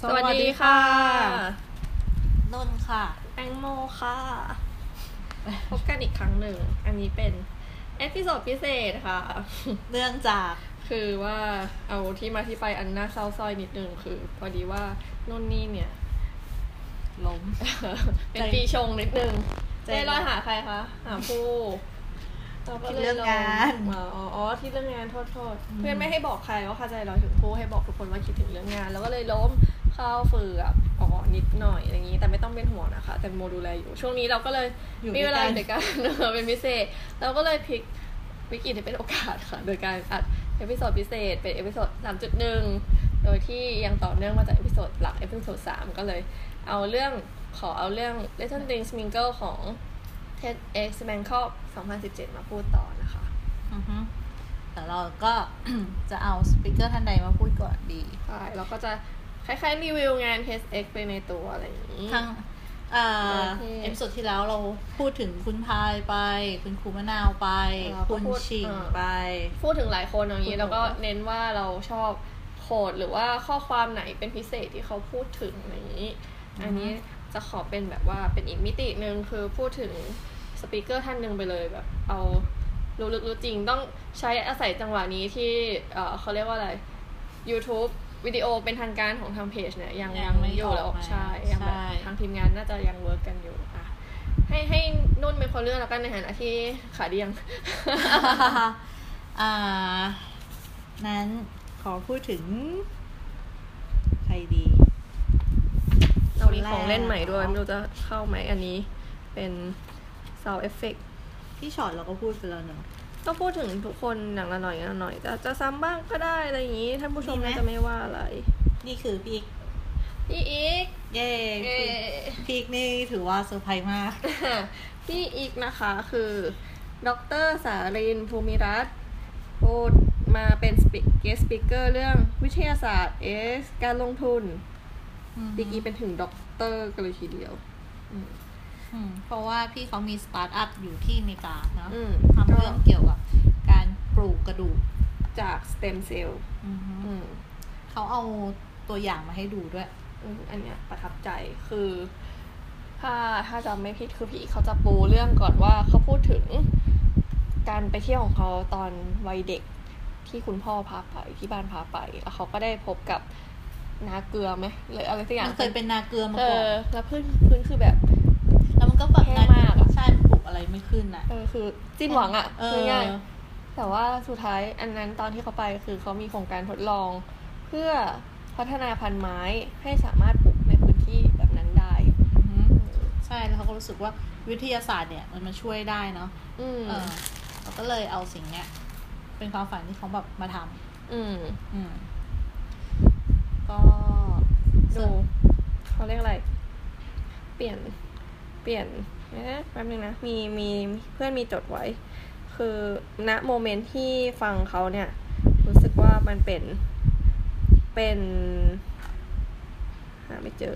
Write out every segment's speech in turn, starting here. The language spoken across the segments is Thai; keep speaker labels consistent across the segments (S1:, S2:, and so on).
S1: สวัสดีค่ะ
S2: นนท์ค่ะ
S1: แตงโมค่ะ พบกันอีกครั้งหนึ่ง อันนี้เป็นเอพิโซดพิเศษค่ะ
S2: เนื่องจาก
S1: คือว่าเอาที่มาที่ไปอันน่าเศร้าสร้อยนิดนึงคือ พอดีว่านุ่นนี่เนี่ย
S2: ล้ม
S1: เป็นปีชงนิดนึง
S2: ใจ
S1: เจ๊ลอยหาใครคะ หาผู้เราก็ลย
S2: คิดเรื่องงาน
S1: ลองอ๋ออ๋อที่เรื่องงานโทษโทษเพื่อนไม่ให้บอกใครว่าค่ะใจลอยถึงผู้ให้บอกทุกคนว่าคิดถึงเรื่องงาน แล้วก็เลยล้มเข้าเฝือกอ๋อนิดหน่อยอย่างนี้ แต่ไม่ต้องเป็นห่วงนะคะ แต่โมดูแลอยู่ ช่วงนี้เราก็เลย
S2: อยู่
S1: มีเวลาอยู่
S2: ด้
S1: ด้
S2: วกั
S1: วย ยกัน นเออเป็นพิเศษเราก็เลยพลิกวิกฤตให้เป็นโอกาสค่ะ โดยการอัดเอพิโซดพิเศษเป็นเอพิโซด3.1 โดยที่ยังต่อเนื่องมาจากเอพิโซดหลักเอพิโซด3ก็เลย เอาเรื่องขอเอาเรื่อง Little Things Mingle ของ TEDx Bangkok 2017 มาพูดต่อนะคะ
S2: อือฮึแต่เราก็ จะเอาสปิเกอร์ท่านใดมาพูดก่อนดี
S1: ใช่เราก็จะคล้ายๆรีวิวงาน TEDx ไปในตัวอะไรอย่างนี้
S2: ทางเอ่อ
S1: โอเค
S2: เอ็มสุดที่แล้วเราพูดถึงคุณพายไป คุณครูมะนาวไป
S1: เราก็
S2: คุณ
S1: พูด
S2: ชิง
S1: เออ
S2: ไป
S1: พูดถึงหลายคนอย่าง
S2: พู
S1: นี้
S2: ดถึง
S1: แล้วก็เน้นว่าเราชอบโคดหรือว่าข้อความไหนเป็นพิเศษที่เขาพูดถึงอะไรอย่างนี้ อันนี้จะขอเป็นแบบว่าเป็นอีกมิติหนึ่งคือพูดถึงสปีกเกอร์ท่านหนึ่งไปเลยแบบเอารู้ลึกรู้จริงต้องใช้อาศัยจังหวะนี้ที่เอ่อเขาเรียกว่าอะไร YouTube วิดีโอเป็นทางการของทางเพจเนี่ยยัง
S2: ยั
S1: ยัง ง
S2: ไม่
S1: อยู่แล้ว
S2: ออกมา
S1: ใช่ยังแบบ
S2: ใช่
S1: ทางทีมงานน่าจะยังเวิร์กกันอยู่อ่ะให้ให้นุ่นเป็นคนเลือกแล้วกันในฐานะที่ขาเดีย ง
S2: อ่า นั้นขอพูดถึง ใครดี
S1: เรามีของเล่นใหม่ด้วย ไม่รู้จะเข้าไหมอันนี้เป็น sound effect
S2: พี่ช็อตเราก็พูดไปแล้วเนอะ
S1: ก็พูดถึงทุกคนอย่างละหน่อยอย่างละหน่อยจะจะซ้ำบ้างก็ได้อะไรอย่างนี้ ท่านผู้ชม
S2: ดีไหม
S1: น่าจะไม่ว่าอะไร
S2: นี่คือพี่อิ๊ก
S1: พี่อีก
S2: เย้
S1: เย้
S2: พี่อิ๊กนี่ถือว่าเซอร์ไพรส์มาก
S1: พี่อีกนะคะคือดรสารินภูมิรัตน์พูดมาเป็น เกสปิเกอร์เรื่องวิทยาศาสตร์เอสการลงทุนปีกี้เป็นถึงด็อกเตอร์กันเลยทีเดียว
S2: อืมเพราะว่าพี่เขามีสตาร์ทอัพอยู่ที่อเมริกาเนอะ
S1: อืม
S2: ทำเรื่องเกี่ยวกับการปลูกกระดูก
S1: จากสเต็มเซลล์
S2: อือฮึ
S1: อืม
S2: เขาเอาตัวอย่างมาให้ดูด้วย
S1: อืมอันเนี้ยประทับใจคือ ถ้าถ้าจำไม่ผิดคือพี่เขาจะปูเรื่องก่อนว่าเขาพูดถึง การไปเที่ยวของเขาตอนวัยเด็กที่คุณพ่อพาไปที่บ้านพาไป แล้วเขาก็ได้พบกับนาเกลือไหมหรืออะไรสักอย่าง
S2: มันเคยเป็นนาเกลือมา
S1: เอ
S2: ก่อน
S1: อแล้วพื้นพื้นคือแบบ
S2: แล้วมันก็แบบ
S1: แห้งมากอะ
S2: ใช่มันปลูกอะไรไม่ขึ้นอ่ะ
S1: เออคือสิ้นหวังอะ
S2: เออ
S1: พูดง่ายๆ แต่ว่าสุดท้ายอันนั้นตอนที่เขาไปคือเขามีโครงการทดลอง เพื่อพัฒนาพันธุ์ไม้ให้สามารถปลูกในพื้นที่แบบนั้นได้
S2: อือฮึใช่แล้วเขาก็รู้สึกว่าวิทยาศาสตร์เนี่ยมันมาช่วยได้เนาะ
S1: อืม
S2: เออเราก็เลยเอาสิ่งเนี้ยเป็นความฝันที่เขาแบบมาทำ
S1: อืม
S2: อืม ก็
S1: ดูเขาเรียกอะไร เปลี่ยน เปลี่ยนนะแป๊บนึงนะ มี มี เพื่อนมีจดไว้ คือ ณ โมเมนต์ที่ฟังเขาเนี่ย รู้สึกว่ามันเป็น เป็น หาไม่เจอ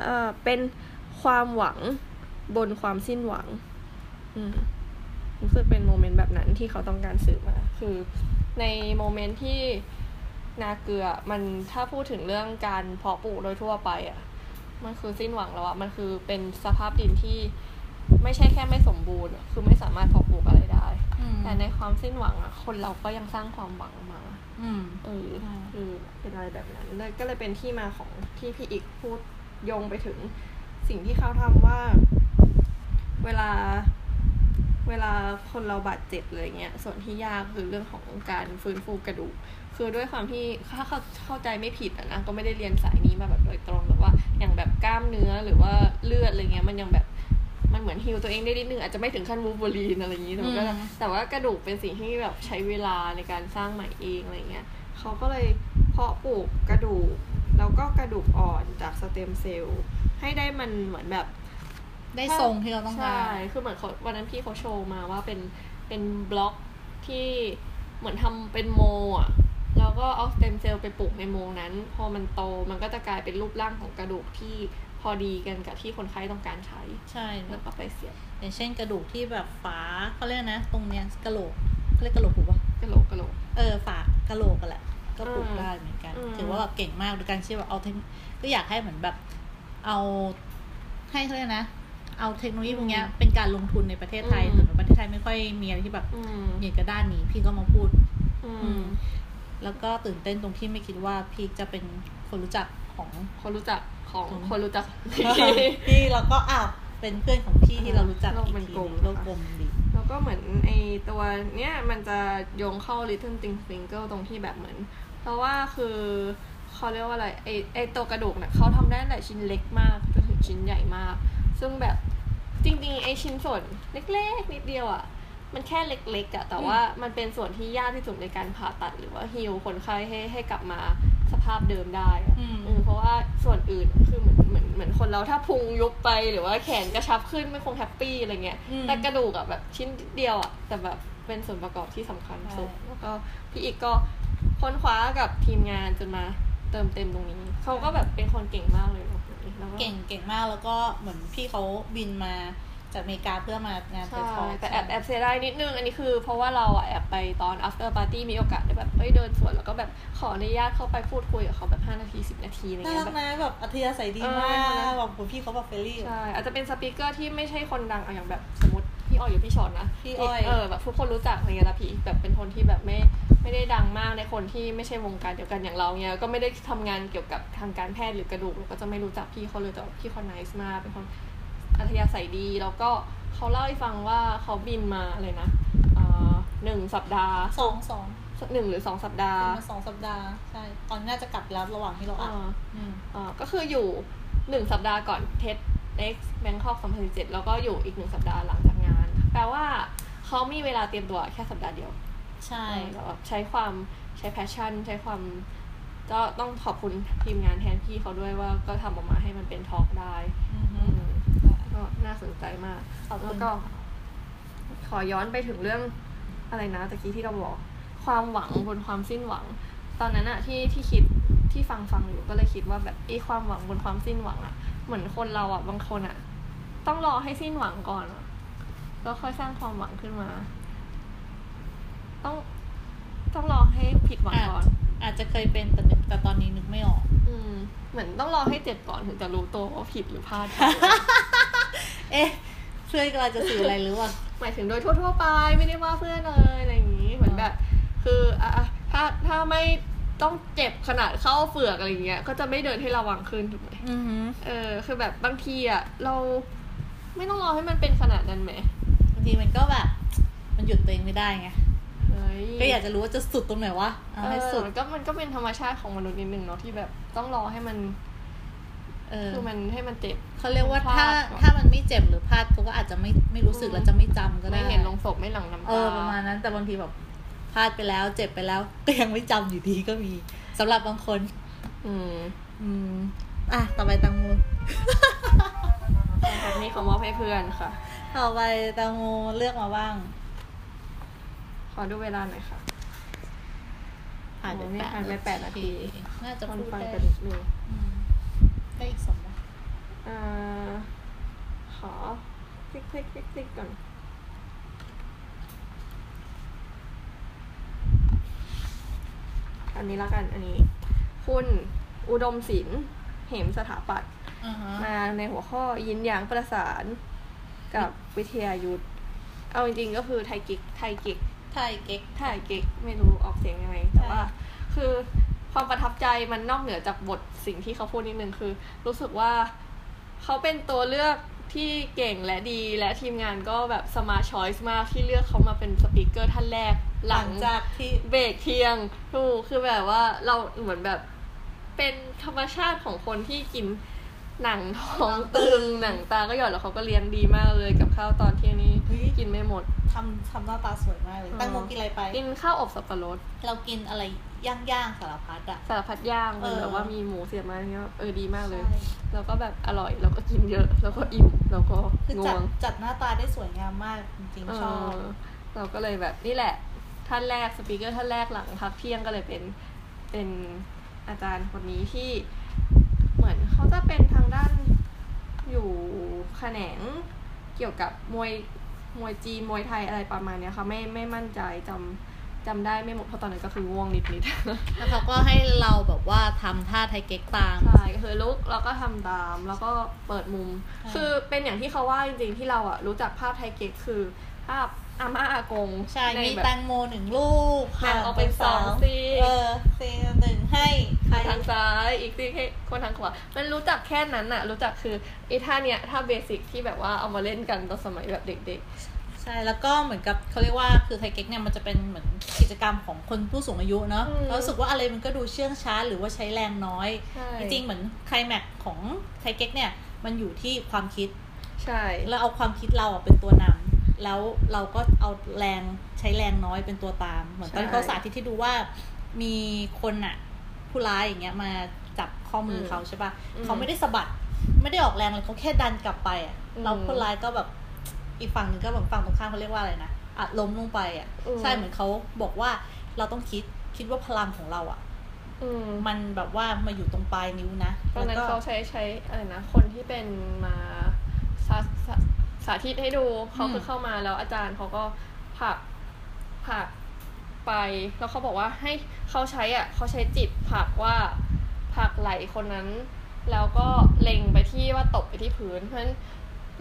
S1: เอ่อเป็นความหวังบนความสิ้นหวัง อืม รู้สึกเป็นโมเมนต์แบบนั้นที่เขาต้องการสื่อมา คือในโมเมนต์ที่นาเกลือมันถ้าพูดถึงเรื่องการเพาะปลูกโดยทั่วไปอะ่ะ มันคือสิ้นหวังแล้วอะมันคือเป็นสภาพดินที่ไม่ใช่แค่ไม่สมบูรณ์อะคือไม่สามารถเพาะปลูกอะไรได้
S2: อืม
S1: แต่ในความสิ้นหวังอะคนเราก็ยังสร้างความหวังมา
S2: อืม
S1: เออ
S2: ใช่
S1: คือเป็นอะไรแบบนั้นเลยก็เลยเป็นที่มาของที่พี่อีกพูดโยงไปถึง สิ่งที่เขาทำว่า เวลา เวลาคนเราบาดเจ็บอะไรเงี้ย ส่วนที่ยากคือเรื่องของการฟื้นฟูกระดูก คือด้วยความที่ถ้าเข้าเข้าใจไม่ผิดอะนะ ก็ไม่ได้เรียนสายนี้มาแบบโดยตรงแต่ว่า อย่างแบบกล้ามเนื้อหรือว่าเลือดอะไรเงี้ย มันยังแบบ มันเหมือนฮิวตัวเองได้นิดนึง อาจจะไม่ถึงขั้นวูล์ฟเวอรีนอะไรอย่างนี้แต่มันก็
S2: อืม
S1: แต่ว่ากระดูกเป็นสิ่งที่แบบใช้เวลาในการสร้างใหม่เองอะไรเงี้ย เขาก็เลยเพาะปลูกกระดูก แล้วก็กระดูกอ่อนจากสเต็มเซลล์ให้ได้มันเหมือนแบบ
S2: ได้ทรงที่เราต้องการ
S1: ใช่ คือเหมือนเขาวันนั้นพี่เขาโชว์มาว่าเป็นเป็นบล็อกที่เหมือนทำเป็นโมอ่ะ แล้วก็เอาสเต็มเซลล์ไปปลูกในโมนั้น พอมันโตมันก็จะกลายเป็นรูปร่างของกระดูกที่พอดีกันกับที่คนไข้ต้องการใช้
S2: ใช่แบ
S1: แล้
S2: บ
S1: วก็ไปเสียบ
S2: อย่างเช่นกระดูกที่แบบฝาเขาเรียกนะ ตรงเนี้ยกระโหลกเขาเรียกกระโหลกถูกปะ
S1: กระโหลกกระโหลก
S2: เออฝากระโหลกกันแหละ ก็ปลูกได้เหมือนกัน
S1: อืม
S2: ถือว่าแบบเก่งมากโดยการที่แบบเอาเทคก็อยากให้เหมือนแบบ เอาให้เขาเรียกนะ เอาเทคโนโลยีพวกเนี้ยเป็นการลงทุนในประเทศไทยถึงประเทศไทยไม่ค่อยมีอะไรที่แบบ
S1: อืม
S2: เกี่ยวกับด้านนี้ พี่ก็มาพูด
S1: อื
S2: อืม
S1: ม
S2: แล้วก็ตื่นเต้นตรงที่ไม่คิดว่าพี่จะเป็นคนรู้จักของ
S1: คนรู้จักของ
S2: อืม
S1: คน รู้จัก
S2: พี่แล้วก็อ้าวเป็นเพื่อนของพี่ที่เรารู้จัก
S1: โลก
S2: อีก
S1: มัน
S2: ที
S1: กลม
S2: โลกกลมดี
S1: แล้วก็เหมือนไอตัวเนี้ยมันจะโยงเข้า Little Thing Single ตรงที่แบบเหมือน เพราะว่าคือเขาเรียกว่าอะไรไอไอตัวกระดูกเนี่ยเขาทำได้ตั้งแต่ชิ้นเล็กมากจนถึงชิ้นใหญ่มาก ซึ่งแบบจริงๆไอชิ้นส่วนเล็กๆ นิดเดียวอะ่ะ มันแค่เล็กๆอะแต่ว่ามันเป็นส่วนที่ยากที่สุดในการผ่าตัดหรือว่าฮิวคนไข้ให้ให้กลับมาสภาพเดิมได้อะ
S2: อืม
S1: เออเพราะว่าส่วนอื่นคือเหมือนเหมือนเหมือนคนเราถ้าพุงยุบไปหรือว่าแขนกระชับขึ้นไม่คงแฮปปี้อะไรเงี้ย
S2: อืม
S1: แต่กระดูกอะแบบชิ้นเดียวอะแต่แบบเป็นส่วนประกอบที่สำคัญสุด
S2: ใช่
S1: แล้วก็พี่อีกก็ค้นคว้ากับทีมงานจนมาเติมเต็มตรงนี้ เขาก็แบบเป็นคนเก่งมากเลยแล้ว
S2: เก่งเก่งมากแล้วก็เหมือนพี่เขาบินมาจากอเมริกาเพื่อมางานเปิ
S1: ใช่
S2: ดคอร์ส
S1: แต่แอบแอบเสียดายนิดนึง อันนี้คือเพราะว่าเราอะแอบไปตอน after party มีโอกาสได้แบบเอ้ยเดินสวนแล้วก็แบบขออนุญาตเข้าไปพูดคุยกับเขาแบบ 5 นาที 10 นาทีอะไร
S2: น่า
S1: เงี้
S2: รัก
S1: ยแบบ
S2: นะแบบอัธยาศัยดี
S1: เออ
S2: มา
S1: น่ารั
S2: ก
S1: ก
S2: แบบคุณพี่เขาแบบเฟรนลี่
S1: ใช่อาจจะเป็นสปีกเกอร์ที่ไม่ใช่คนดังเอาอย่างแบบสมมติพี่อ้อยหรือพี่ชอนนะ
S2: พี่อ้อย
S1: เออแบบทุกคนรู้จักอะไรเงี้ยละพี่แบบเป็นคนที่แบบไม่ไม่ได้ดังมากในคนที่ไม่ใช่วงการเดียวกันอย่างเราเนี้ยก็ไม่ได้ทำงานเกี่ยวกับทางการแพทย์หรือกระดูกเราก็จะไม่รู้จักพี่เขาเลยแต่ว่าพี่เขาไนส์มากเป็นคนอัธยาศัยดีแล้วก็เขาเล่าให้ฟังว่าเขาบินมาอะไรนะเอ่อหนึ่งสัปดาห์
S2: สองสอง
S1: หนึ่งหรือสองสัปดาห์
S2: มาสองสัปดาห์ใช่ ตอนนี้น่าจะกลับแล้วระหว่างที่เราอัด
S1: อ่า
S2: อืม
S1: เอ่อก็คืออยู่หนึ่งสัปดาห์ก่อนเทสเอ็กซ์แบงคอกสองพันสิบเจ็ดแล้วก็อยู่อีกหนึ่งสัปดาห์หลังจากงาน แปลว่าเขามีเวลาเตรียมตัวแค่สัปดาห์เดียว
S2: ใช่
S1: ใช่แล้วแบบใช้ความใช้แพชชั่น ใช้ความก็ต้องขอบคุณทีมงานแทนพี่เขาด้วยว่าก็ทำออกมาให้มันเป็นทอล์กได้
S2: อือฮึ
S1: อืมก็น่าสนใจมาก
S2: ขอบ
S1: แล้
S2: คุ
S1: ว
S2: ณ
S1: ก็ขอย้อนไปถึงเรื่องอะไรนะตะกี้ที่เราบอก ความหวังบนความสิ้นหวัง ตอนนั้นอะที่ที่คิดที่ฟังฟังอยู่ก็เลยคิดว่าแบบไอ้ความหวังบนความสิ้นหวังอะเหมือนคนเราอะบางคนอะต้องรอให้สิ้นหวังก่อนอะแล้วค่อยสร้างความหวังขึ้นมา ต้องต้องรอให้ผิดหวัง
S2: อาจ
S1: ก่อน
S2: อาจจะเคยเป็นแต่นึกแต่ตอนนี้นึกไม่ออก
S1: อืม เหมือนต้องรอให้เจ็บก่อนถึงจะรู้ตัวว่าผิดหรือพลาด
S2: เอ๊ะ เพื่อนกำลังจะสื่ออะไรหรือว่า
S1: หมายถึงโดยทั่วๆไปไม่ได้ว่าเพื่อนเลยอะไรอย่างนี้เหมือนแบบ คืออ่ะอ่ะถ้าถ้าไม่ต้องเจ็บขนาดเข้าเฝือกอะไรอย่างเงี้ยก็จะไม่เดินให้ระวังขึ้นถูกไหม
S2: อือฮึ
S1: เออคือแบบบางทีอ่ะเราไม่ต้องรอให้มันเป็นขนาดนั้นไหม
S2: บางทีมันก็แบบ มันหยุดตัวเองไม่ได้ไง
S1: เฮ้ย
S2: ก็อยากจะรู้ว่าจะสุดตรงไหนวะเอา
S1: เอ
S2: ให้
S1: อ
S2: สุด
S1: มันก็มันก็เป็นธรรมชาติของมนุษย์นิดนึงเนาะที่แบบต้องรอให้มัน
S2: เออ
S1: คือมันให้มันเจ็บ
S2: เขาเรียกว่า
S1: พลา
S2: ถ้า
S1: ดก่อน
S2: ถ้ามันไม่เจ็บหรือพลาดเขาก็อาจจะไม่ไม่รู้สึกและจะไม่จำก็ได้
S1: ไม่เห็นลงศพไม่หลังน้ำตา
S2: เออประมาณนั้นแต่บางทีแบบพลาดไปแล้วเจ็บไปแล้ว ก็ยังไม่จำอยู่ดีก็มีสำหรับบางคน
S1: อืม
S2: อืม อ่ะ ต่อไปตังโม
S1: แบบนี้ขอมอบให้เพื่อนค่ะ
S2: ต่อไปตังโมเลือกมาบ้าง
S1: ขอดูเวลาหน่อยค่ะ
S2: ผ่านไป
S1: โอ้ไม่
S2: แปด
S1: ผ่านไปแปดนาที
S2: โอเคน่าจะ
S1: คน
S2: พูด
S1: ฟัง
S2: ได้
S1: กันนิดนึง
S2: อืมได้อีกสองนะ
S1: อ่าขอคลิกคลิกคลิกคลิกก่อนอันนี้ละกันอันนี้ คุณอุดมศิลป์เหมสถาปัตย์
S2: อ่าฮะ
S1: มาในหัวข้อยินหยางประสานกับวิทยายุทธเอาจริงๆก็คือไทยกิกไทยกิก
S2: ไทยเก๊ก
S1: ถ่ายเก๊กไม่รู้ออกเสียงยังไง แต่ว่า
S2: ใช่
S1: คือความประทับใจมันนอกเหนือจากบทสิ่งที่เขาพูดนิดนึงคือ รู้สึกว่าเขาเป็นตัวเลือกที่เก่งและดีและทีมงานก็แบบสมาร์ทชอยส์มากที่เลือกเขามาเป็นสปีกเกอร์ท่านแรกห
S2: ห
S1: ลั
S2: ลั
S1: ง
S2: งจากที่
S1: เบรกเทียงถูกคือแบบว่าเราเหมือนแบบเป็นธรรมชาติของคนที่กินหนังท้องตึงหนังตาก็หย่อนแล้วเขาก็เลี้ยงดีมากเลยกับข้าวตอนเที่ยงนี้
S2: เฮ้ย
S1: กินไม่หมด
S2: ทำทำหน้าตาสวยมากเลย
S1: อ๋อ
S2: ตังโมกินอะไรไป
S1: กินข้าวอบสับปะรด
S2: เรากินอะไรย่างๆสารพัดอะ
S1: สารพัดย่างมัน
S2: เออ
S1: แบบว่ามีหมูเสียบมาอย่างเงี้ยเออดีมากเลย
S2: ใช่
S1: แล้วก็แบบอร่อย แล้วก็กินเยอะ แล้วก็อิ่มแล้วก็
S2: คือ
S1: ง่
S2: จัด
S1: วง
S2: จัดหน้าตาได้สวยงามมากจริง
S1: เอ
S2: ๆชอบ
S1: อเราก็เลยแบบนี่แหละ ท่านแรกสปีกเกอร์ท่านแรกหลังพักเที่ยงก็เลยเป็นเป็นอาจารย์คนนี้ที่ เหมือนเขาจะเป็นทางด้านอยู่แขนงเกี่ยวกับมวยมวยจีนมวยไทยอะไรประมาณเนี้ยค่ะไม่ไม่มั่นใจจำ จำได้ไม่หมดเพราะตอนนั้นก็คือง่วงนิดๆ
S2: แล้วเขาก็ให้เราแบบว่าทำท่าไทยเก๊กตาม
S1: ใช่คือลุกแล้วก็ทำตามแล้วก็เปิดมุม
S2: ใช่
S1: คือเป็นอย่างที่เขาว่าจริงๆที่เราอะรู้จักภาพไทยเก๊กคือภาพอาม่าอากง
S2: ใช่มี
S1: แบบ
S2: แตงโมหนึ่งลูก
S1: แบ่งออกเป็นสองซีก
S2: เออซีกหนึ่งให้ใคร
S1: คนทางซ้ายอีกซีให้คนทางขวามันรู้จักแค่นั้นอะรู้จักคือไอ้ท่าเนี้ยท่าเบสิกที่แบบว่าเอามาเล่นกันตอนสมัยแบบเด็ก
S2: ใช่แล้วก็เหมือนกับเขาเรียกว่าคือไทยเก๊กเนี่ยมันจะเป็นเหมือนกิจกรรมของคนผู้สูงอายุเนาะ
S1: อืม
S2: เรารู้สึกว่าอะไรมันก็ดูเชื่องช้าหรือว่าใช้แรงน้อย
S1: ๆใช่
S2: จริงๆเหมือนไคลแม็กซ์ของไทยเก๊กเนี่ยมันอยู่ที่ความคิด
S1: ใช่
S2: แล้วเอาความคิดเราอะเป็นตัวนำแล้วเราก็เอาแรงใช้แรงน้อยเป็นตัวตาม เหมือนตอนที่เขาสาธิตที่ดูว่ามีคนอะผู้ร้ายอย่างเงี้ยมาจับข้อมือเขาใช่ปะเขาไม่ได้สะบัด ไม่ได้ออกแรงเลยเขาแค่ดันกลับไปอะเราผู้ร้ายก็แบบอีกฝั่งหนึ่งก็แบบฝั่งตรงข้ามเขาเรียกว่าอะไรนะอัดล้มลงไปอะใช่เหมือนเขาบอกว่าเราต้องคิดคิดว่าพลังของเราอะ
S1: อืม
S2: มันแบบว่ามาอยู่ตรงปลายนิ้วนะ
S1: ตอนนั้น
S2: แล้วก็
S1: เขาใช้ใช้อะไรนะคนที่เป็นมาสาสาสาธิตให้ดูเขา
S2: อืม
S1: คือเข้ามาแล้วอาจารย์เขาก็ผลักผลักไปแล้วเขาบอกว่าให้เขาใช้อ่ะเขาใช้จิตผลักว่าผลักไหลคนนั้น แล้วก็เล็งไปที่ว่าตกไปที่พื้น เพราะฉะนั้น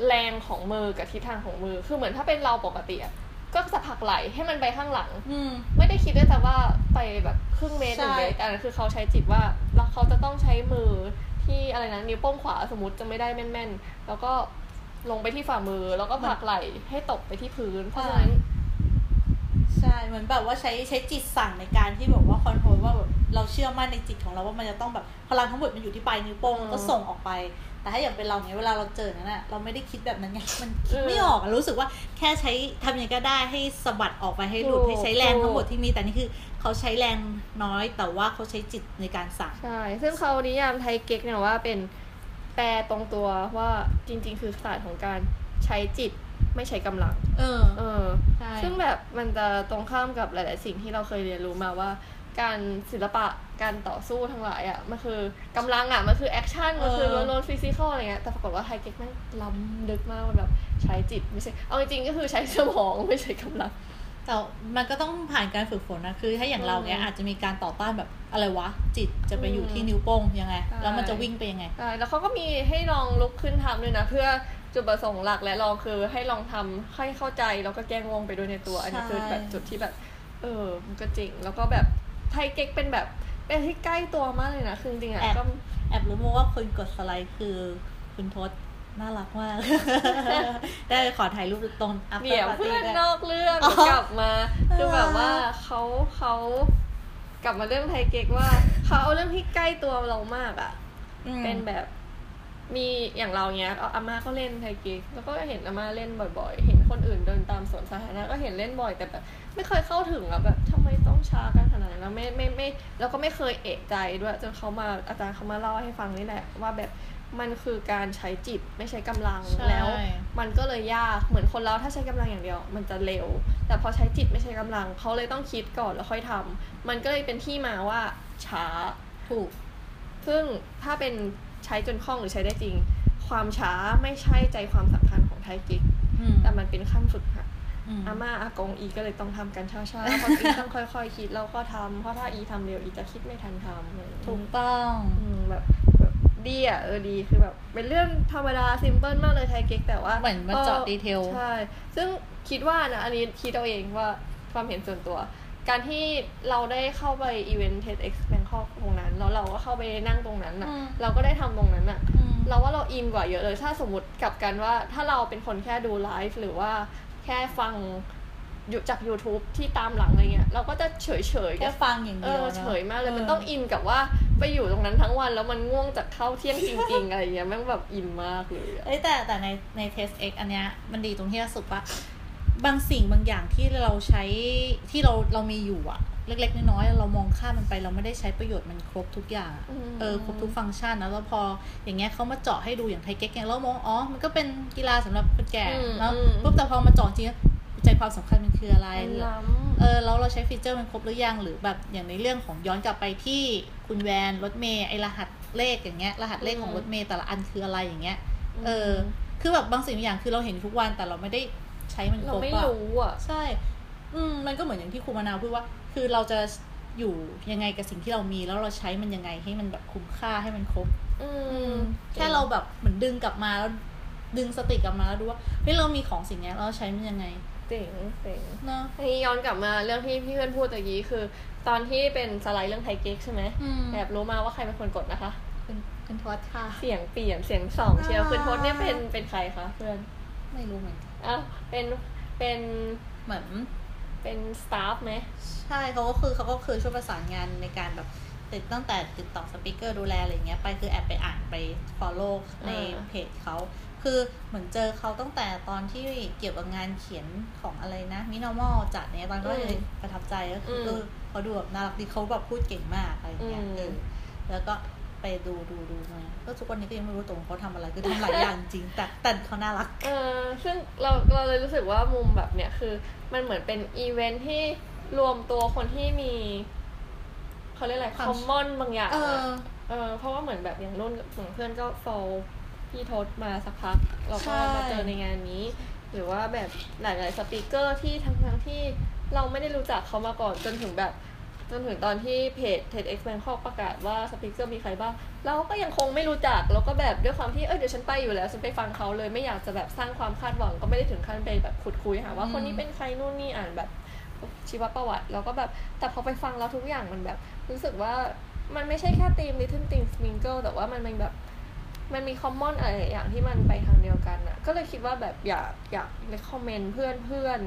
S1: แรงของมือกับทิศทางของมือคือเหมือนถ้าเป็นเราปกติอะก็จะผลักไหลให้มันไปข้างหลัง
S2: อืม
S1: ไม่ได้คิดด้วยแต่ว่าไปแบบครึ่งเมตรห
S2: ใช่
S1: นึ่งเมตรอันนั้นคือเขาใช้จิตว่าแล้วเขาจะต้องใช้มือที่อะไรนะนิ้วโป้งขวาสมมติจะไม่ได้แม่นๆ แล้วก็ลงไปที่ฝ่ามือแล้วก็ผลักไหล่ให้ตกไปที่พื้น เพราะฉะนั้น
S2: ใช่ เหมือนแบบว่าใช้ใช้จิตสั่งในการที่แบบว่าคอนโทรลว่าแบบเราเชื่อมั่นในจิตของเราว่ามันจะต้องแบบพลังทั้งหมดมันอยู่ที่ปลายนิ้วโป้งแล้วก็
S1: อืม
S2: ส่งออกไป แต่ถ้าอย่างเป็นเราเนี้ยเวลาเราเจอนั่นแหะเราไม่ได้คิดแบบนั้นไงมันคิดไม่
S1: เออ
S2: ออกอะรู้สึกว่าแค่ใช้ทำยังไงก็ได้ให้สะบัดออกไปให้หลุด
S1: ถูก
S2: ให้ใช้แรงทั้งหมดที่มีแต่นี่คือเขาใช้แรงน้อยแต่ว่าเขาใช้จิตในการสั่ง
S1: ใช่ ซึ่งเขานิยามไทยเก๊กเนี่ยว่าเป็นแปลตรงตัวว่าจริง ๆ คือศาสตร์ของการใช้จิตไม่ใช้กำลัง
S2: เออ
S1: เออ
S2: ใช่
S1: ซึ่งแบบมันจะตรงข้ามกับหลาย ๆ สิ่งที่เราเคยเรียนรู้มาว่า การศิลปะการต่อสู้ทั้งหลายอะ่ะมันคือกำลังอะ่ะมันคือแอคชั่นมันคือล้วนๆฟิสิกอลอะไรเงี้ยแต่ปรากฏว่าไทเก็กแม่งล้ำลึกมากมันแบบใช้จิตไม่ใช่เอาจริงๆก็คือใช้สมองไม่ใช่กำลัง
S2: แต่มันก็ต้องผ่านการฝึกฝนนะคือถ้าอย่างเราเนี้ย
S1: อืม
S2: อาจจะมีการต่อต้านแบบอะไรวะจิตจะไปอยู่
S1: อืม
S2: ที่นิ้วโป้งยังไง
S1: ใช่
S2: แล้วมันจะวิ่งไปยังไง
S1: ใช่แล้วเขาก็มีให้ลองลุกขึ้นทำด้วยนะ เพื่อจุดประสงค์หลักและลองคือให้ลองทำให้เข้าใจแล้วก็แก้งงไปด้วยในตัว อันนี้
S2: ใช่
S1: คือแบบจุดที่แบบ เออ มันก็จริง แล้วก็แบบไทยเก๊กเป็นแบบเป็นที่ใกล้ตัวมากเลยนะคือจริงๆอ่ะ
S2: แอบ
S1: ก็
S2: แอบรู้มาว่าคนกดสไลด์คือคุณทศน่ารักมาก ได้ขอถ่ายรูปตรง after
S1: เดี๋ยว
S2: party
S1: เพื่อน
S2: ด้วย
S1: นอกเรื่อง
S2: อ๋อก
S1: ลับมาคือแบบว่าเขาเขากลับมาเรื่องไทยเก๊กว่า เขาเอาเรื่องที่ใกล้ตัวเรามากอะ่ะ
S2: อืม
S1: เป็นแบบมีอย่างเราเนี้ยเอาอาม่าก็เล่นไทยเก๊กแล้วก็เห็นอาม่าเล่นบ่อยๆ เห็นคนอื่นเดินตามสวนสาธารณะก็เห็นเล่นบ่อยแต่แบบ ไม่เคยเข้าถึงอะแบบทำไมต้องช้ากันขนาดนั้นแล้วไม่ไม่ไม่แล้วก็ไม่เคยเอะใจด้วยจนเขามาอาจารย์เขามาเล่าให้ฟังนี่แหละ ว่าแบบมันคือการใช้จิตไม่ใช้กำลัง
S2: ใช่
S1: แล้ว มันก็เลยยากเหมือนคนเราถ้าใช้กำลังอย่างเดียว มันจะเร็ว แต่พอใช้จิตไม่ใช้กำลังเขาเลยต้องคิดก่อนแล้วค่อยทำมันก็เลยเป็นที่มาว่าช้า
S2: ถูก
S1: ซึ่งถ้าเป็นใช้จนคล่องหรือใช้ได้จริง ความช้าไม่ใช่ใจความสำคัญของไทยกิก
S2: อืม
S1: แต่มันเป็นขั้นฝึกค่ะ
S2: อืม
S1: อาม่าอากงอีก็เลยต้องทำกันช้าๆเพราะอีต้องค่อยๆคิดแล้วก็ทำเพราะถ้าอีทำเร็วอีจะคิดไม่ทันทำอะไรอย่างเงี้ย
S2: ถูกต้อง
S1: อืมแบบแบบดีอ่ะเออดีคือแบบเป็นเรื่องธรรมดาซิมเพิลมากเลยไทยเก๊กแต่ว่า
S2: เหมือนมาเจาะดีเทล
S1: ใช่ ซึ่งคิดว่านะ อันนี้คิดเอาเองว่าความเห็นส่วนตัว การที่เราได้เข้าไปอีเวนต์เทสเอ็กซ์แบงคอกตรงนั้น แล้วเราก็เข้าไปนั่งตรงนั้นน่ะ
S2: อืม
S1: เราก็ได้ทำตรงนั้นน่ะ
S2: อืม
S1: เราว่าเราอินกว่าเยอะเลย ถ้าสมมติกลับกันว่าถ้าเราเป็นคนแค่ดูไลฟ์หรือว่าแค่ฟังอยู่จาก YouTube ที่ตามหลังอะไรเงี้ย เราก็จะเฉยเฉยๆ
S2: แค่
S1: กับ
S2: ฟังอย่าง
S1: เอ
S2: เดียว
S1: อ
S2: นะ
S1: เฉยมากเลยมัน
S2: เออ
S1: ต้องอินกับว่าไปอยู่ตรงนั้นทั้งวัน แล้วมันง่วงจากเข้าเที่ยงจริงๆอะไรเงี้ยแม่งแบบอินมากเลยอะ
S2: เอ้ยแต่แต่ในในเทสเอ็กอันเนี้ยมันดีตรงที่รู้สึกว่าบางสิ่งบางอย่างที่เราใช้ที่เราเรามีอยู่อะเล็ก ๆ น้อยๆเรามองข้ามมันไปเราไม่ได้ใช้ประโยชน์มันครบทุกอย่างอะ
S1: อืม
S2: เออครบทุกฟังก์ชันนะแล้วพออย่างเงี้ยเขามาเจาะให้ดูอย่างไทยเก๊กเนี่ยเรามองอ๋อมันก็เป็นกีฬาสำหรับคนแก่แล้วปุ๊บแต่พอมาเจาะจริงๆใจความสำคัญมันคืออะไร
S1: มันล้ำ
S2: เออแล้วเราใช้ฟีเจอร์มันครบหรือยังหรือแบบอย่างในเรื่องของย้อนกลับไปที่คุณแวนรถเมย์ไอรหัสเลขอย่างเงี้ยรหัสเลขของรถเมย์แต่ละอันคืออะไรอย่างเงี้ยเอออ
S1: ม
S2: คือแบบบางสิ่งบางอย่างคือเราเห็นทุกวันแต่เราไม่ได้ใช้มันค
S1: เรา
S2: รบ
S1: ไม่
S2: อะ
S1: รู้อ่ะ
S2: ใช่ อืมมันก็เหมือนอย่างที่ครูมะนาวพูดว่า คือเราจะอยู่ยังไงกับสิ่งที่เรามี แล้วเราใช้มันยังไงให้มันแบบคุ้มค่าให้มันครบ
S1: อื
S2: อื
S1: ม
S2: มแค่เราแบบเหมือนดึงกลับมาแล้วดึงสติกลับมาแล้วดูว่าเฮ้ยเรามีของสิ่งเนี้ยเราใช้มันยังไง
S1: เจ๋งเจ๋ง
S2: เนาะ
S1: อันนี้ย้อนกลับมาเรื่องที่พี่เพื่อนพูดตะกี้คือ ตอนที่เป็นสไลด์เรื่องไทยเก๊กใช่ไหม
S2: อืม
S1: แอบรู้มาว่าใครเป็นคนกดนะคะ
S2: เป็นเป็นทอดค่ะ
S1: เสียงเปลี่ยนเสียงสองเชียว
S2: อ่า
S1: คือโทษเนี่ยเป็นเป็นใครคะเพื่อน
S2: ไม่รู้เหมือนกัน
S1: อ้าวเป็นเป็น
S2: เหมือน
S1: เป็นสตาฟไหม
S2: ใช่เขาก็คือเขาก็คือช่วยประสานงานในการแบบติดตั้งแต่ติดต่อสปิเกอร์ดูแลอะไรเงี้ยไปคือแอบไปอ่านไป follow ในเพจเขาคือเหมือนเจอเขาตั้งแต่ตอนที่เกี่ยวกับงานเขียนของอะไรนะมินอมอลจัดเนี่ยตอนก็เลยประทับใจก็คือเออเขาดูแบบน่ารักดีเขาแบบพูดเก่งมากอะไรเงี้ยเออ แล้วก็ไปดูดูดูมาก็ทุกวันนี้ก็ยังไม่รู้ตรงเขาทำอะไรคือทำหลายอย่างจริง แต่แต่เขาน่ารัก
S1: เออซึ่งเราเราเลยรู้สึกว่ามุมแบบเนี้ยคือมันเหมือนเป็นอีเวนท์ที่รวมตัวคนที่มีเขาเรียกอะไร
S2: ความ
S1: คอมมอนบางอย่าง
S2: เอ
S1: อะ
S2: อ
S1: เออเพราะว่าเหมือนแบบอย่างรุ่นของเพื่อนก็ฟอลพี่ทศมาสักพักเราก็
S2: ใช่
S1: มาเจอในงานนี้ หรือว่าแบบหลายๆสปีกเกอร์ที่ทั้งทั้งๆที่เราไม่ได้รู้จักเขามาก่อนจนถึงแบบ จนถึงตอนที่เพจ TEDx Bangkok ประกาศว่าสปีกเกอร์มีใครบ้างเราก็ยังคงไม่รู้จักแล้วก็แบบด้วยความที่เออเดี๋ยวฉันไปอยู่แล้วฉันไปฟังเขาเลยไม่อยากจะแบบสร้างความคาดหวังก็ไม่ได้ถึงขั้นไปแบบขุดคุยหาว่าคนนี้เป็นใครนู่นนี่อ่านแบบ ชีวประวัติแล้วก็แบบแต่พอไปฟังแล้วทุกอย่างมันแบบ รู้สึกว่ามันไม่ใช่แค่ธีม Little Things Mingle แต่ว่ามันเป็นแบบ มันมีคอมมอนอะไรหลายอย่างที่มันไปทางเดียวกันอะก็เลยคิดว่าแบบอยากอยากเลคคอมเมนต์เพื่อนเพื่อน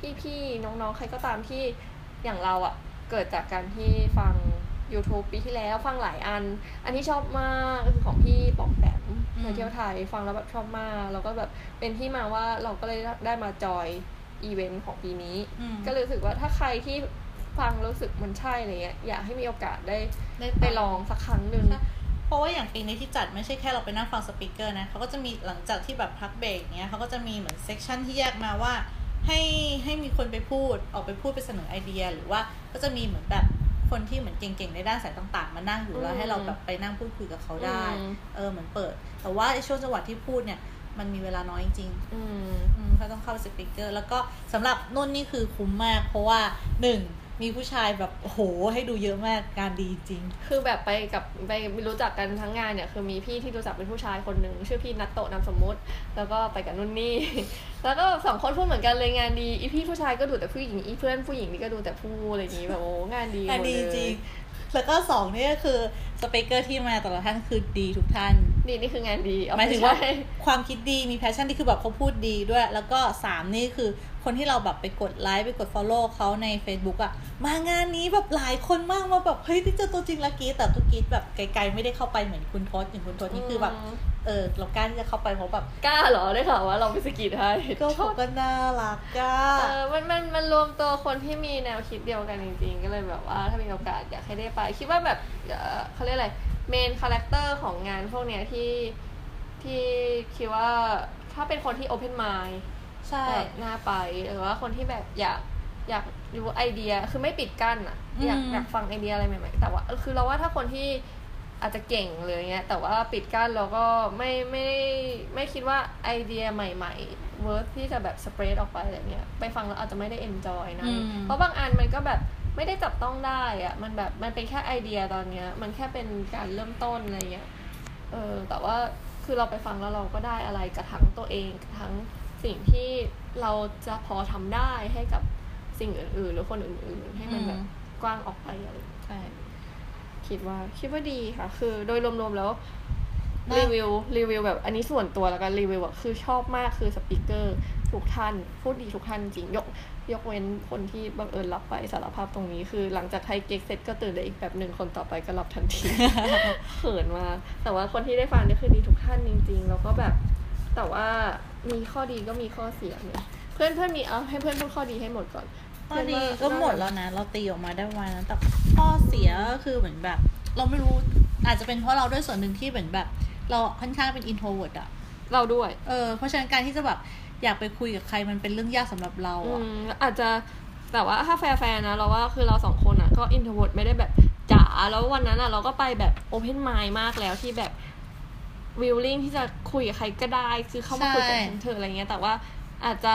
S1: พี่พี่ๆน้องๆ ใครก็ตามที่อย่างเราอะเกิดจากการที่ฟัง YouTube ปีที่แล้วฟังหลายอัน อันที่ชอบมากก็คือของพี่ป๋อมแปม
S2: อืม
S1: เคยเที่ยวไทยฟังแล้วแบบชอบมากแล้วก็แบบเป็นที่มาว่าเราก็เลยได้มาจอยอีเวนต์ของปีนี้
S2: อืม
S1: ก็เลยรู้สึกว่าถ้าใครที่ฟังแล้วรู้สึกมันใช่อะไรเงี้ยอยากให้มีโอกาสได้
S2: ได้
S1: ไปลองสักครั้งหนึ่ง
S2: ใช่เพราะว่าอย่างปีนี้ที่จัดไม่ใช่แค่เราไปนั่งฟังสปิเกอร์นะเขาก็จะมีหลังจากที่แบบพักเบรกเนี้ยเขาก็จะมีเหมือนเซกชันที่แยกมาว่า ให้ให้มีคนไปพูดออกไปพูดไปเสนอไอเดีย หรือว่าก็จะมีเหมือนแบบคนที่เหมือนเก่งๆในด้านสายต่างๆ มานั่งอยู่แล้ว
S1: อืม
S2: ให้เราแบบไปนั่งพูดคุยกับเขาได้
S1: อืม
S2: เออเหมือนเปิด แต่ว่าไอ้ช่วงจังหวะที่พูดเนี่ยมันมีเวลาน้อยจริงๆ
S1: อืม
S2: อืมเขาต้องเข้าสปิเกอร์ แล้วก็สำหรับนุ่นนี่คือคุ้มมาก เพราะว่าหนึ่งมีผู้ชายแบบโอ้โหให้ดูเยอะมากการดีจริง
S1: คือแบบไปกับไปรู้จักกันทั้งงานเนี่ยคือมีพี่ที่รู้จักเป็นผู้ชายคนหนึ่งชื่อพี่นัตโตะนามสมมุติ แล้วก็ไปกับนุ่นนี่ แล้วก็สองคนพูดเหมือนกันเลยงานดีอีพี่ผู้ชายก็ดูแต่ผู้หญิงอีเพื่อนผู้หญิงนี่ก็ดูแต่ผู้อะไรอย่างงี้แบบโอ้งานดี
S2: การ
S1: หม
S2: ดี
S1: เลย
S2: จริง แล้วก็สองนี่ก็คือสปิเกอร์ที่มาแต่ละท่านคือดีทุกท่าน
S1: ดีนี่คืองานดีเอ
S2: หมายถึงว่า
S1: ไใช่
S2: ความคิดดีมีแพชชั่นที่คือแบบเขาพูดดีด้วย แล้วก็สามนี่คือคนที่เราแบบไปกดไลค์ไปกด Follow เขาใน Facebook อะมางานนี้แบบหลายคนมากมาแบบเฮ้ยที่เจอตัวจริงและกรีดแต่ก็กรีดแบบไกลๆไม่ได้เข้าไปเหมือนคุณโพสอย่างคุณโพสนี่คือแบบ
S1: อืม
S2: เออเรากล้าที่จะเข้าไปเพรา ะแบบ
S1: กล้าเหรอได้ข่าวว่าเราไปสะกิดให้
S2: ก็เขาก็น่ารักจ้า
S1: เออมันมันมันรวมตัวคนที่มีแนวคิดเดียวกันจริงๆ ก็เลยแบบว่าถ้ามีโอกาสอยากให้ได้ไป คิดว่าแบบเอ่อเขาเรียกอะไรเมนคาแรคเตอร์ของงานพวกเนี้ยที่ที่คิดว่าถ้าเป็นคนที่ open mind
S2: ใช่
S1: แบบน่าไปหรือว่าคนที่แบบอยากอยากรู้ไอเดียคือไม่ปิดกั้นอะอยากอยากฟังไอเดียอะไรใหม่ๆแต่ว่าคือเราว่าถ้าคนที่อาจจะเก่งเลยเงี้ยแต่ว่าปิดกั้นเราก็ไม่ไม่ไม่คิดว่าไอเดียใหม่ๆเวิร์ที่จะแบบสเปรดออกไปอะไรเงี้ยไปฟังแล้วอาจจะไม่ได้เอนจอยนะเพราะบางอันมันก็แบบไม่ได้จับต้องได้อะมันแบบมันเป็นแค่ไอเดียตอนเนี้ย มันแค่เป็นการเริ่มต้นอะไรเงี้ย เออแต่ว่าคือเราไปฟังแล้วเราก็ได้อะไรกับทั้งตัวเองกับทั้งสิ่งที่เราจะพอทำได้ให้กับสิ่งอื่นๆ หรือคนอื่นๆ ให้มันแบบกว้างออกไปอะไรอย่างเงี้ย
S2: ใช่
S1: คิดว่าคิดว่าดีค่ะ คือโดยรวมๆแล้ว
S2: น่า
S1: รีวิวรีวิวแบบอันนี้ส่วนตัวแล้วกันรีวิวอะคือชอบมากคือสปิเกอร์ทุกท่านพูดดีทุกท่านจริงยก ยกเว้นคนที่บังเอิญรับไปสารภาพตรงนี้คือหลังจากไทยเก๊กเสร็จก็ตื่นได้อีกแบบหนึ่งคนต่อไปก็รับทันที เขินมากแต่ว่าคนที่ได้ฟังเนี่ยคือดีทุกท่านจริง ๆ แล้วก็แบบ แต่ว่ามีข้อดีก็มีข้อเสียเนี่ยเพื่อนเพื่อนมีเอาให้เพื่อนพูดข้อดีให้หมดก่อน
S2: ข้อดี
S1: เพื่
S2: ก็
S1: อนว่า
S2: หมดแล้วนะ เราตีออกมาได้ประมาณนั้นแต่ข้อเสียก็คือเหมือนแบบ เราไม่รู้อาจจะเป็นเพราะเราด้วยส่วนหนึ่งที่เหมือนแบบ เราค่อนข้างเป็นอินโทรเวิร์ดอะ
S1: เราด้วย
S2: เออเพราะฉะนั้นการที่จะแบบอยากไปคุยกับใครมันเป็นเรื่องยากสำหรับเรา
S1: อื
S2: อะ
S1: มอาจจะแต่ว่าถ้าแฟร์ๆนะเราว่าคือเราสองคนอ่ะก็อินโทรเวิร์ดไม่ได้แบบจ๋าแล้ววันนั้นอ่ะเราก็ไปแบบโอเพนไมล์มากแล้วที่แบบวิลลิ่งที่จะคุยกับใครก็ได้ คือเข้ามาคุยกับฉันเธอะอะไรเงี้ยแต่ว่าอาจจะ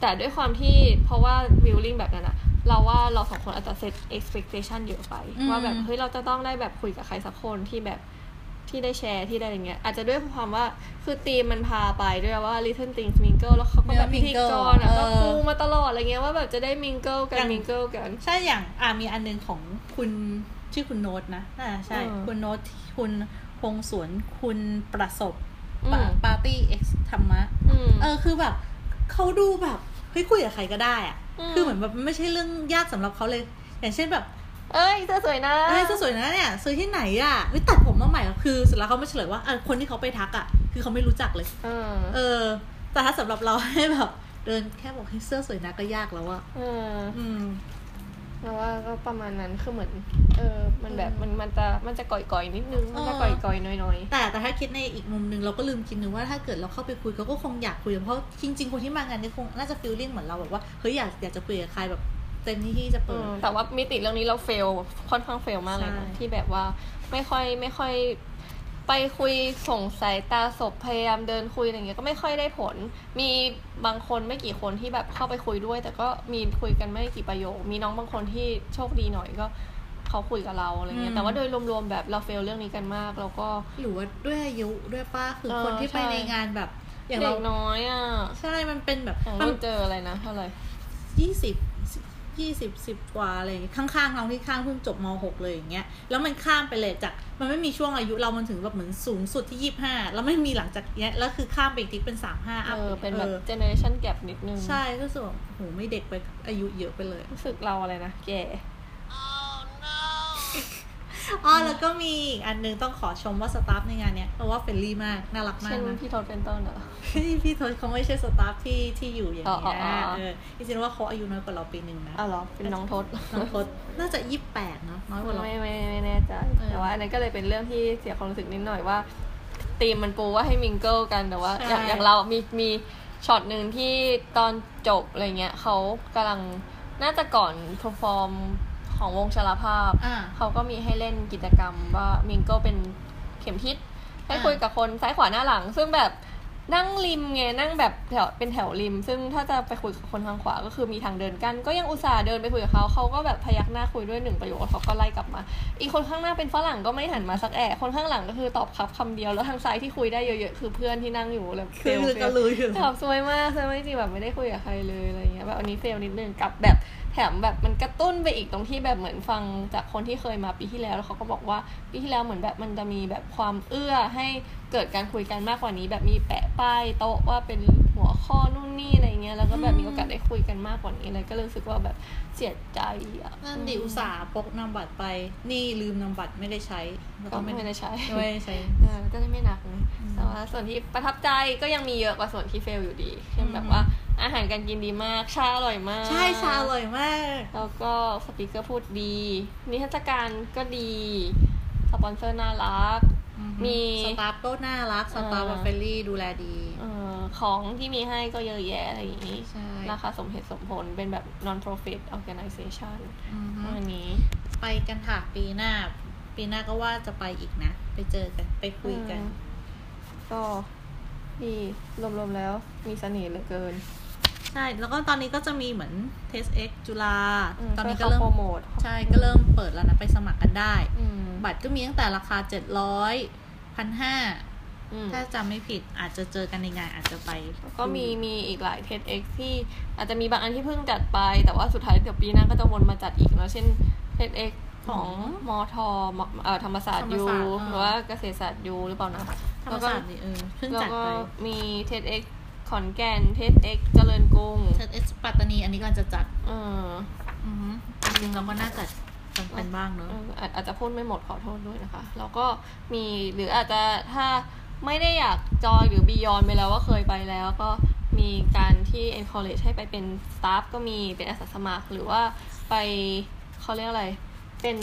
S1: แต่ด้วยความที่เพราะว่าวิวลิ่งแบบนั้นอะเราว่าเราสองคนอาจจะเซต expectation เยอะไป
S2: อืม
S1: ว่าแบบเฮ้ยเราจะต้องได้แบบคุยกับใครสักคนที่แบบที่ได้แชร์ที่ได้อะไรเงี้ย อาจจะด้วยความว่าคือธีมมันพาไปด้วยว่า little things mingle แล้วเขาก็แบบพิธีกรอะก็ปูมาตลอดอะไรเงี้ยว่าแบบจะได้ mingle กัน mingle กัน
S2: ใช่อย่างอ่ามีอันหนึงของคุณชื่อคุณโน้ตนะอ่าใช่
S1: เออ
S2: คุณโน้ตคุณพงสวนคุณประสบ
S1: อืม
S2: ปาร์ตี้เอ็กซ์ธรรมะ
S1: อืม
S2: เออคือแบบเขาดูแบบเฮ้ยคุยกับใครก็ได้อะ
S1: อืม
S2: คือเหมือนแบบมันไม่ใช่เรื่องยากสำหรับเขาเลย อย่างเช่นแบบ
S1: เอ้ยเสื้อสวยนะ
S2: เอ้ยเสื้อสวยนะเนี่ยซื้อที่ไหนอ่ะเฮ้ยตัดผมมาใหม่เหรอคือเสุดแล้วเขาไม่เฉลยว่าอ่ะคนที่เขาไปทักอ่ะคือเขาไม่รู้จักเลย
S1: เออ
S2: เออ แต่ถ้าสำหรับเราให้แบบเดินแค่บอกให้ยเสื้อสวยนะก็ยากแล้วอะ
S1: เออ
S2: อืม
S1: แล้วว่าก็ประมาณนั้นคือเหมือน เออ มันแบบ
S2: อืม
S1: มันมันจะมันจะก่อยๆนิดนึง มันจะ
S2: เออ
S1: ก่อยๆหน้อย
S2: แต่แต่ถ้าคิดในอีกมุมหนึ่งเราก็ลืมคิดนึงว่าถ้าเกิดเราเข้าไปคุยเขาก็คงอยากคุยเพราะจริงๆคนที่มางานเนี่ยคงน่าจะฟีลลิ่งเหมือนเราแบบว่าเฮ้ยอยากอยากจะคุยกับใครแบบเต็มที่ที่จะ
S1: ๆเอ
S2: เปิด
S1: อแต่ว่ามิติเรื่องนี้เราเฟลค่อนข้างเฟลมากเลยนะ
S2: ใช่
S1: ที่แบบว่าไม่ค่อยไม่ค่อย ไปคุยส่งสายตาศพพยายามเดินคุยอะไรเงี้ยก็ไม่ค่อยได้ผล มีบางคนไม่กี่คนที่แบบเข้าไปคุยด้วย แต่ก็มีคุยกันไม่กี่ประโยค มีน้องบางคนที่โชคดีหน่อยก็เขาคุยกับเราอะไรเงี้
S2: อื
S1: ย
S2: ม
S1: แต่ว่าโดยรวมๆแบบเราเฟลเรื่องนี้กันมากแล้วก็
S2: หรือว่าด้วยอายุด้วยป้าคือ
S1: เออ
S2: คนที่ไป
S1: ใช่
S2: ในงานแบบ อ
S1: อย่
S2: า
S1: ย่าง ง
S2: เรา
S1: เราน้อยอ่ะ
S2: ใช่มันเป็นแบบ
S1: อย่าง
S2: มัน
S1: เราเจออะไรนะเท่าไหร่
S2: ยี่สิบยี่สิบสิบกว่าอะไรอย่างเงี้ยข้างๆเราที่ข้างเพิ่งจบมหกเลยอย่างเงี้ยแล้วมันข้ามไปเลยจากมันไม่มีช่วงอายุเรามันถึงแบบเหมือนสูงสุดที่ยี่ห้าแล้วไม่มีหลังจากเนี้ยแล้วคือข้ามไปอีกทีเป็นสามห้าอั
S1: เอ
S2: พ
S1: อ เป็นแบบ
S2: ออ
S1: เจเนอเรชันแกรนิดนึง
S2: ใช่ก็รู้สึกว่าโหไม่เด็กไปอายุเยอะไปเลย
S1: รู้สึกเราอะไรนะ แก่
S2: อ๋อแล้วก็มีอีกอันนึงต้องขอชมว่าสตาฟในงานเนี้ยเพราะว่าเฟรนลี่มากน่ารักมาก
S1: เช่น
S2: นะ
S1: พี่ทศเป็นต้นเหรอ
S2: พี่พี่ทศเขาไม่ใช่สตาฟที่ที่อยู่อย่าง
S1: อ๋อ
S2: นี้
S1: อ๋อ
S2: นะ
S1: อ๋อ
S2: เออจริงๆว่าเขาอายุน้อยกว่าเราปีหนึ่งนะ
S1: อ้าวเหรอ เป็นน้องทศ
S2: น้องทศน่าจะยี่แปดเนาะน้อยกว่าเรา
S1: ไม่ไม่ไม่แน่ใจ
S2: เออ
S1: แต่ว่าอันนั้นก็เลยเป็นเรื่องที่เสียความรู้สึกนิดหน่อยว่าตีมมันปูว่าให้มิงเกิลกัน แต่ว่า
S2: ใช่
S1: อย่างอย่างเรามีมีช็อตหนึ่งที่ตอนจบอะไรเงี้ยเขากำลังน่าจะก่อนเพอร์ฟอร์มของวงชลาภาพ
S2: อ่า
S1: เขาก็มีให้เล่นกิจกรรมว่ามิงโก้เป็นเข็มทิศให้
S2: อ่า
S1: คุยกับคนซ้ายขวาหน้าหลัง ซึ่งแบบนั่งริมไงนั่งแบบแถวเป็นแถวริม ซึ่งถ้าจะไปคุยกับคนทางขวาก็คือมีทางเดินกัน ก็ยังอุตส่าห์เดินไปคุยกับเขาเขาก็แบบพยักหน้าคุยด้วยหนึ่งประโยคแล้วเขาก็ไล่กลับมา อีกคนข้างหน้าเป็นฝรั่งก็ไม่หันมาสักแอะคนข้างหลังก็คือตอบครับคำเดียวแล้วทางซ้ายที่คุยได้เยอะๆคือเพื่อนที่นั่งอยู่แล้วเฟล
S2: คือก็รู้อยู่
S1: ตอบซวยมากซวยมากจริงๆแบบไม่ได้คุยกับใครเลยอะไรเงี้ยแบบอันนี้เฟลนิดนึงกับแบบแถมแบบมันกระตุ้นไปอีกตรงที่แบบเหมือนฟังจากคนที่เคยมาปีที่แล้วแล้วเขาก็บอกว่าปีที่แล้วเหมือนแบบมันจะมีแบบความเอื้อให้เกิดการคุยกันมากกว่านี้ แบบมีแปะป้ายโต๊ะว่าเป็นหัวข้อนู่นนี่อะไรเงี้ยแล้วก็แบบมีโอกาสได้คุยกันมากกว่านี้เลยก็รู้สึกว่าแบบเสียใจอะ
S2: นั่นดิอุตส่าห์พกนำบัตรไป นี่ลืมนำบัตรไม่ได้ใช้แล้ว
S1: ก็ไม่ได้ใช้
S2: ไม่ได้ใช้
S1: เออก็จะไม่หนักนะแต่ว่าส่วนที่ประทับใจก็ยังมีเยอะกว่าส่วนที่เฟลอยู่ดีเช่นแบบว่าอาหารการกินดีมาก ชาอร่อยมาก
S2: ใช่ชาอร่อยมาก
S1: แล้วก็สปีกเกอร์พูดดี นิทรรศการก็ดี สปอนเซอร์น่ารัก มี
S2: สตาฟก็น่ารัก สตาฟ
S1: อ่า
S2: วัฟเฟลลี่ดูแลดี
S1: เออของที่มีให้ก็เยอะแยะอะไรอย่างนี้
S2: ใช่
S1: ราคาสมเหตุสมผลเป็นแบบ non profit organization
S2: อือฮึ
S1: อันนี้
S2: ไปกันค่ะปีหน้า ปีหน้าก็ว่าจะไปอีกนะ ไปเจอกันไปคุยกัน
S1: อืม ก็ดีรวมๆแล้วมีเสน่ห์เหลือเกิน
S2: ใช่ แล้วก็ตอนนี้ก็จะมีเหมือน test x จุฬา
S1: อืม
S2: ตอนนี้
S1: ช่
S2: ก็
S1: วย
S2: เริ่ม
S1: เขาโปรโมท
S2: ใช่ ก็เริ่มเปิดแล้วนะ ไปสมัครกันได้
S1: อืม
S2: บัตรก็มีตั้งแต่ราคา 700 1,500
S1: อืม
S2: ถ้าจำไม่ผิดอาจจะเจอกันในงานอาจจะไป
S1: ก็มีมีอีกหลาย TEDx ที่อาจจะมีบางอันที่เพิ่งจัดไป แต่ว่าสุดท้ายเดี๋ยวปีหน้าก็จะวนมาจัดอีกเนาะเช่น TEDx ของมอทอมเอ่อธรรมศาสตร์ยูหรือว่าเกษตรศาสตร์ยูหรือเปล่านะ
S2: ธรรม
S1: แล้วก็
S2: ศาสตร์นี่เออเพิ่ง
S1: แล้ว
S2: จัด
S1: ก็
S2: ไป
S1: มี TEDx ขอนแก่น TEDx เจริญกรุง
S2: test x ปัตตานีอันนี้กำลังจะจัด
S1: เออ
S2: อือฮึจริงๆเราก็น่าจัดกันเป็นบ้างเนอะ
S1: เอออาจอาจจะพูดไม่หมดขอโทษด้วยนะคะ แล้วก็มีหรืออาจจะถ้าไม่ได้อยากจอยหรือบียอนไปแล้วว่าเคยไปแล้วก็มีการที่ encourage ให้ไปเป็น staff ก็มีเป็นอาสาสมัครหรือว่าไปเขาเรียกอะไร เป็น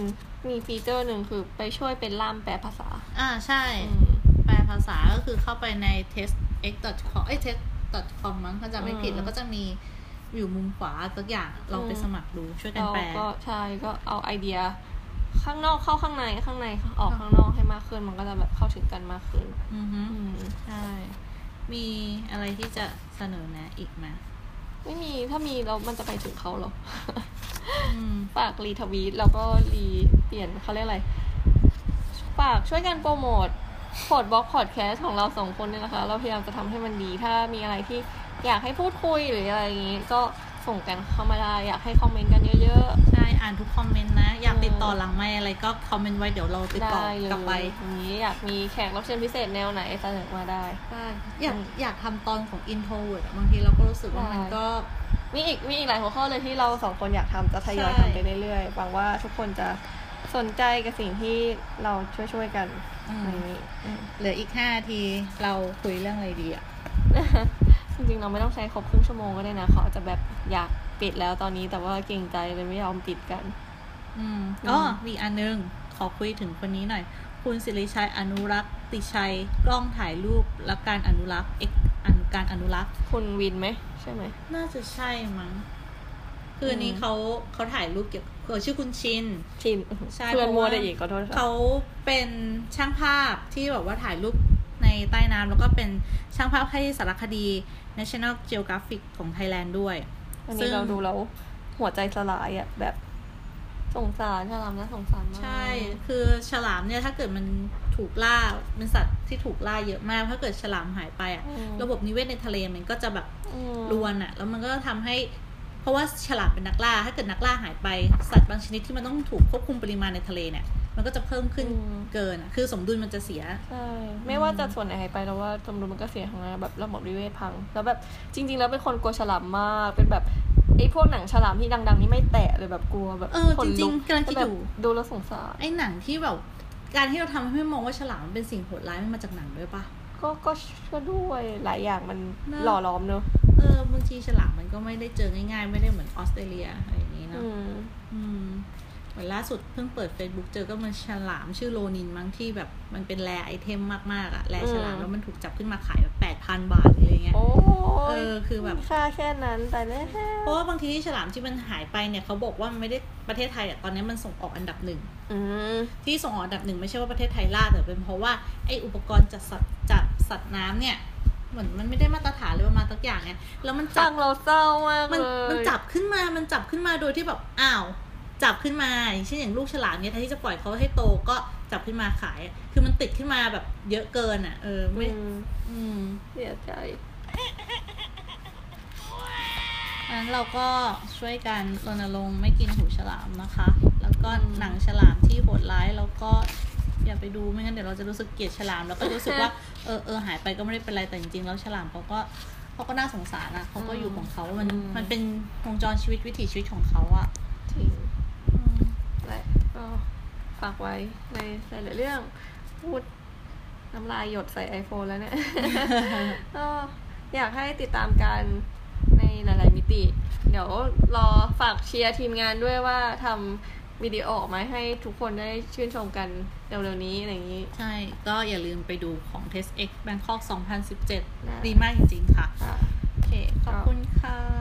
S1: มีฟีเจอร์หนึ่งคือไปช่วยเป็นล่ามแปลภาษา
S2: อ่าใช่
S1: อืม
S2: แปลภาษาก็คือเข้าไปใน testx.com เอ้ย test.com มั้งถ้าจำไม่ผิด
S1: อืม
S2: แล้วก็จะมีอยู่มุมขวาสักอย่างลองไปสมัครดูช่วยกัน
S1: เรา
S2: แปล
S1: ก็ใช่ก็เอาไอเดีย ข้างนอกเข้าข้างในข้างในออกข้างนอกให้มากขึ้นมันก็จะแบบเข้าถึงกันมากขึ้น
S2: อือฮึ
S1: อืม
S2: ใช่ มีอะไรที่จะเสนอแนะอีกไหม
S1: ไม่มีถ้ามีเรามันจะไปถึงเขาเหรอ
S2: อืม
S1: ฝากรีทวีตแล้วก็รีเปลี่ยนเขาเรียกอะไร ฝากช่วยกันโปรโมทพอดบล็อกพอดแคสต์ของเราสองคนเนี่ยนะคะ เราพยายามจะทำให้มันดี ถ้ามีอะไรที่อยากให้พูดคุยหรืออะไรอย่างนี้ก็ส่งกันเข้ามาได้ อยากให้คอมเมนต์กันเยอะ
S2: ใช่ อ่านทุกคอมเมนต์นะ อยากติดต่อ
S1: เออ
S2: หลังไม่อะไรก็คอมเมนต์ไว้เดี๋ยวเราติ
S1: ๆ
S2: ดต่อ
S1: ได้เลย
S2: กลับไป
S1: อย่างนี้อยากมีแขกรับเชิญพิเศษแนวไหนเสนอมาได้
S2: อยากอยากทำตอนของ introvert อะบางทีเราก็รู้สึกว่า
S1: ได้
S2: มันก็
S1: มีอีกมีอีกหลายหัวข้อเลยที่เราสองคนอยากทำจะทยอย
S2: ใช่
S1: ทำไปเรื่อยๆหวังว่าทุกคนจะสนใจกับสิ่งที่เราช่วยๆกัน
S2: อื
S1: ใน
S2: ม
S1: นี้อืม
S2: เหลืออีกห้านาทีเราคุยเรื่องอะไรดีอ่ะ
S1: จริงๆ เราไม่ต้องใช้ครบครึ่งชั่วโมงก็ได้นะเขาอาจจะแบบอยากปิดแล้วตอนนี้แต่ว่าเกรงใจเลยไม่ยอมปิดกัน
S2: อืม
S1: อืม
S2: อ๋อมีอีกอันนึง ขอคุยถึงคนนี้หน่อย คุณสิริชัยอนุรักษ์ ติชัย กล้องถ่ายรูปและการอนุรักษ์เอกอนุการอนุรักษ์
S1: คุณวินไหมใช่ไหม
S2: น่าจะใช่มั้ง คืออน
S1: ม
S2: นี้เขาเขาถ่ายรูปเกี่ยวกับเขาชื่อคุณชิน
S1: ชิน
S2: ใช่
S1: เพื่อน
S2: เพราะ
S1: มัว
S2: ว่า
S1: ได้อีกขอโทษค่ะ
S2: เขาเป็นช่างภาพที่แบบว่าถ่ายรูปในใต้น้ำแล้วก็เป็นช่างภาพให้สารคดี National Geographic ของไทยแลนด์ด้วย
S1: อัน
S2: ซึ่
S1: นี้
S2: ง
S1: เราดูแล้วหัวใจสลายอ่ะแบบสงสารฉลามนะสงสารมาก
S2: ใช่ คือฉลามเนี่ยถ้าเกิดมันถูกล่าเป็นสัตว์ที่ถูกล่าเยอะมาก ถ้าเกิดฉลามหายไปอะ
S1: อืม
S2: ระบบนิเวศในทะเลมันก็จะแบบ
S1: อืม
S2: รวนอะแล้วมันก็ทำให้ เพราะว่าฉลามเป็นนักล่า ถ้าเกิดนักล่าหายไป สัตว์บางชนิดที่มันต้องถูกควบคุมปริมาณในทะเลเนี่ย มันก็จะเพิ่มขึ้น
S1: อืม
S2: เกินอะคือสมดุลมันจะเสีย
S1: ใช่ไม่ว่าจะส่วนไหนหายไปเราว่าสมดุลมันก็เสียของนะแบบระบบนิเวศพัง แล้วแบบจริง ๆ แล้วเป็นคนกลัวฉลามมากเป็นแบบไอ้พวกหนังฉลามที่ดัง ๆ นี่ไม่แตะเลยแบบกลัวแบบ
S2: เออ
S1: ขน
S2: จริง
S1: ลุ
S2: ๆกำลังคิด
S1: แต่แบ
S2: อ
S1: บ
S2: ยู่
S1: ดูแล้วสงสาร
S2: ไอ้หนังที่แบบการที่เราทำให้มองว่าฉลามมันเป็นสิ่งโหดร้ายมันมาจากหนังด้วยปะ
S1: ก็ก็ก็ด้วยหลายอย่างมัน
S2: นะ
S1: หล่อล้อมเนอะ
S2: เออบางทีฉลามมันก็ไม่ได้เจอง่ายๆ ไม่ได้เหมือนออสเตรเลียอะไรอย่างนี้เนอะ
S1: อืม
S2: อืมเหมือนล่าสุดเพิ่งเปิด Facebook เจอก็มันฉลามชื่อโลนินมั้งที่แบบมันเป็นแรไอเทมมากๆอะแรฉลามแล้วมันถูกจับขึ้นมาขายแบบแปดพันบาทเลยอย่างเงี้ย
S1: โอ้ย
S2: เออคือแบบ
S1: ค่าแค่นั้นแต่แน่
S2: เพราะว่าบางทีที่ฉลามที่มันหายไปเนี่ยเขาบอกว่ามันไม่ได้ประเทศไทยอะตอนนี้มันส่งออกอันดับหนึ่ง
S1: อืม
S2: ที่ส่งออกอันดับหนึ่งไม่ใช่ว่าประเทศไทยล่าแต่เป็นเพราะว่าไออุปกรณ์จับสัตว์จับสัตว์น้ำเนี่ย เหมือนมันไม่ได้มาตรฐานเลยประมาณสักอย่างเนี่ยแล้วมันจั
S1: ฟั
S2: บ
S1: งเราเศร้ามาก
S2: มัน
S1: เลย
S2: มันจับขึ้นมามันจับขึ้นมาโดยที่แบบอ้าวจับขึ้นมาอย่างเช่นอย่างลูกฉลามเนี่ยแทนที่จะปล่อยเขาให้โตก็จับขึ้นมาขายอะคือมันติดขึ้นมาแบบเยอะเกินอ่ะเออ
S1: อื
S2: ไม่
S1: ม
S2: อืม
S1: เสียใจ
S2: งั้นเราก็ช่วยกันรณรงค์ไม่กินหูฉลามนะคะ แล้วก็
S1: อืม
S2: หนังฉลามที่โหดร้ายแล้วก็อย่าไปดูไม่งั้นเดี๋ยวเราจะรู้สึกเกลียดฉลามแล้วก็รู้สึก ว่า เออเออหายไปก็ไม่ได้เป็นไรแต่จริงๆแล้วฉลามเขาก็เขาก็น่าสงสารนะเขาก็อยู่ของเขามัน
S1: อืม
S2: มันเป็นวงจรชีวิตวิถีชีวิตของเขาอะ
S1: จริงแหละก็ฝากไว้ในหลายๆเรื่อง พูดน้ำลายหยดใส่ iPhone แล้วเนี่ย ก็อยากให้ติดตามกันในหลาย ๆ มิติ เดี๋ยวรอฝากเชียร์ทีมงานด้วยว่าทำวิดีโอออกมาให้ทุกคนได้ชื่นชมกันเร็ว ๆ นี้อะไรอย่างนี้
S2: ใช่ก็อย่าลืมไปดูของ t e s t X Bangkok 2017
S1: นะ
S2: ดีมากจริงๆค่ะ
S1: ค่ะ
S2: โอเค ขอบคุณค่ะ